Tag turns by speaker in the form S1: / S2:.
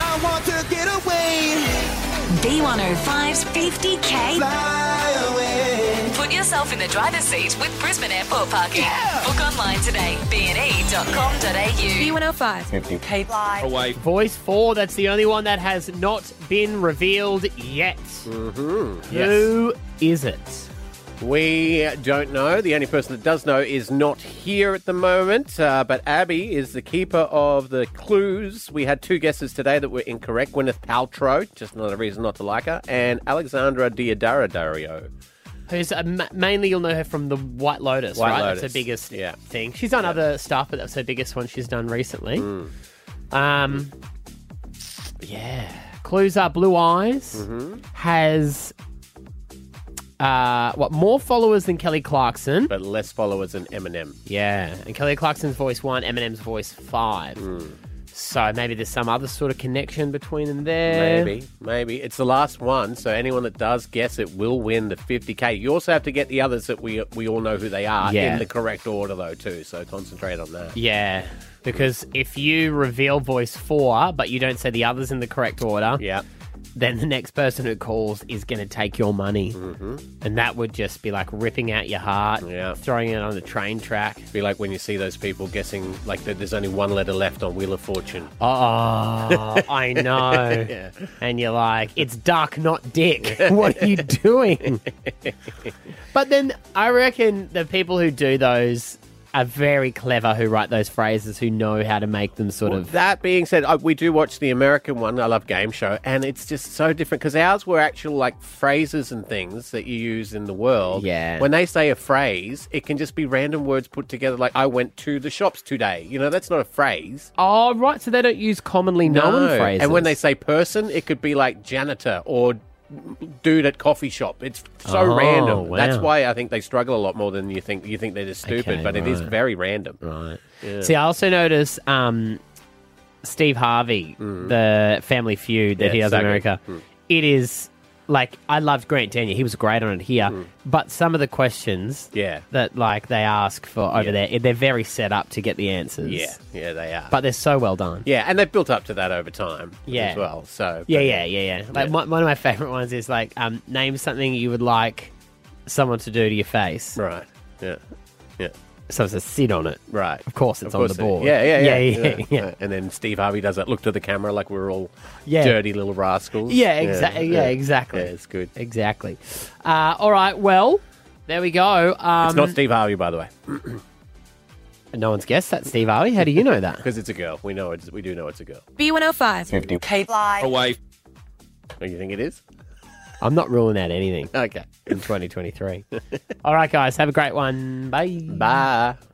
S1: I want to get away,
S2: B105's 50K.
S1: fly away.
S2: Put yourself in the driver's seat with Brisbane Airport parking. Book online today, E bne.com.au.
S3: B105.
S4: Away.
S5: Voice 4, that's the only one that has not been revealed yet.
S3: Mm-hmm.
S5: Who is it?
S3: We don't know. The only person that does know is not here at the moment. Uh, but Abby is the keeper of the clues. We had two guesses today that were incorrect. Gwyneth Paltrow, just another reason not to like her, and Alexandra Diodara Dario.
S5: Who's uh, ma- mainly you'll know her from the White Lotus,
S3: White
S5: right? That's
S3: Lotus,
S5: her biggest
S3: yeah. Hmm.
S5: thing. She's done other stuff, but that's her biggest one she's done recently. Um, yeah, clues are Blue Eyes
S3: Mm-hmm.
S5: has uh, what more followers than Kelly Clarkson?
S3: But less followers than Eminem.
S5: Yeah, and Kelly Clarkson's voice one, Eminem's voice five.
S3: Hmm.
S5: So maybe there's some other sort of connection between them there.
S3: Maybe, maybe. It's the last one, so anyone that does guess it will win the 50k. You also have to get the others that we we all know who they are
S5: Yeah.
S3: in the correct order, though, too. So concentrate on that.
S5: Yeah, because if you reveal voice four, but you don't say the others in the correct order,
S3: Yeah.
S5: then the next person who calls is going to take your money. Mm-hmm. And that would just be like ripping out your heart,
S3: Yeah.
S5: throwing it on the train track.
S3: Be like when you see those people guessing, like that there's only one letter left on Wheel of Fortune.
S5: Oh, I know. And you're like, it's duck, not dick. What are you doing? but then I reckon the people who do those are very clever who write those phrases, who know how to make them sort of.
S3: That being said, I, we do watch the American one. I love Game Show, and it's just so different because ours were actual like phrases and things that you use in the world.
S5: Yeah.
S3: When they say a phrase, it can just be random words put together. Like I went to the shops today. You know, that's not a phrase.
S5: Oh, right. So they don't use commonly known phrases.
S3: And when they say person, it could be like janitor or dude at coffee shop. It's so
S5: Oh,
S3: random. That's
S5: wow.
S3: why I think they struggle a lot more than you think. You think they're just stupid,
S5: Okay,
S3: but it is
S5: right.
S3: very random.
S5: Right. See, I also notice um, Steve Harvey, the Family Feud that
S3: Yeah,
S5: he does in
S3: exactly.
S5: America. It is like I loved Grant Daniel; he was great on it here. But some of the questions,
S3: Yeah.
S5: that like they ask for over there, they're very set up to get the answers.
S3: Yeah, yeah, they are.
S5: but they're so well done.
S3: yeah, and they've built up to that over time
S5: Yeah.
S3: as well. So
S5: Yeah,
S3: but-
S5: yeah, yeah, yeah. Like
S3: Yeah.
S5: One, one of my favorite ones is like um, name something you would like someone to do to your face.
S3: right, yeah, yeah,
S5: So it's a sit on it.
S3: right.
S5: Of course, it's
S3: Of
S5: on
S3: course
S5: the
S3: it-
S5: board.
S3: Yeah, yeah, yeah,
S5: yeah, yeah. yeah.
S3: And then Steve Harvey does that look to the camera like we're all
S5: Yeah.
S3: dirty little rascals.
S5: Yeah, exactly. Yeah, exactly.
S3: Yeah, it's good.
S5: Exactly. Uh, all right. Well, there we go. Um,
S3: it's not Steve Harvey, by the way,
S5: no one's guessed that, Steve Harvey. How do you know that?
S3: because it's a girl. We know it's, we do know it's a girl.
S2: B105.
S4: Away.
S3: Oh, you think it is?
S5: I'm not ruling out anything
S3: Okay.
S5: in 2023. all right, guys. Have a great one. Bye.
S3: Bye.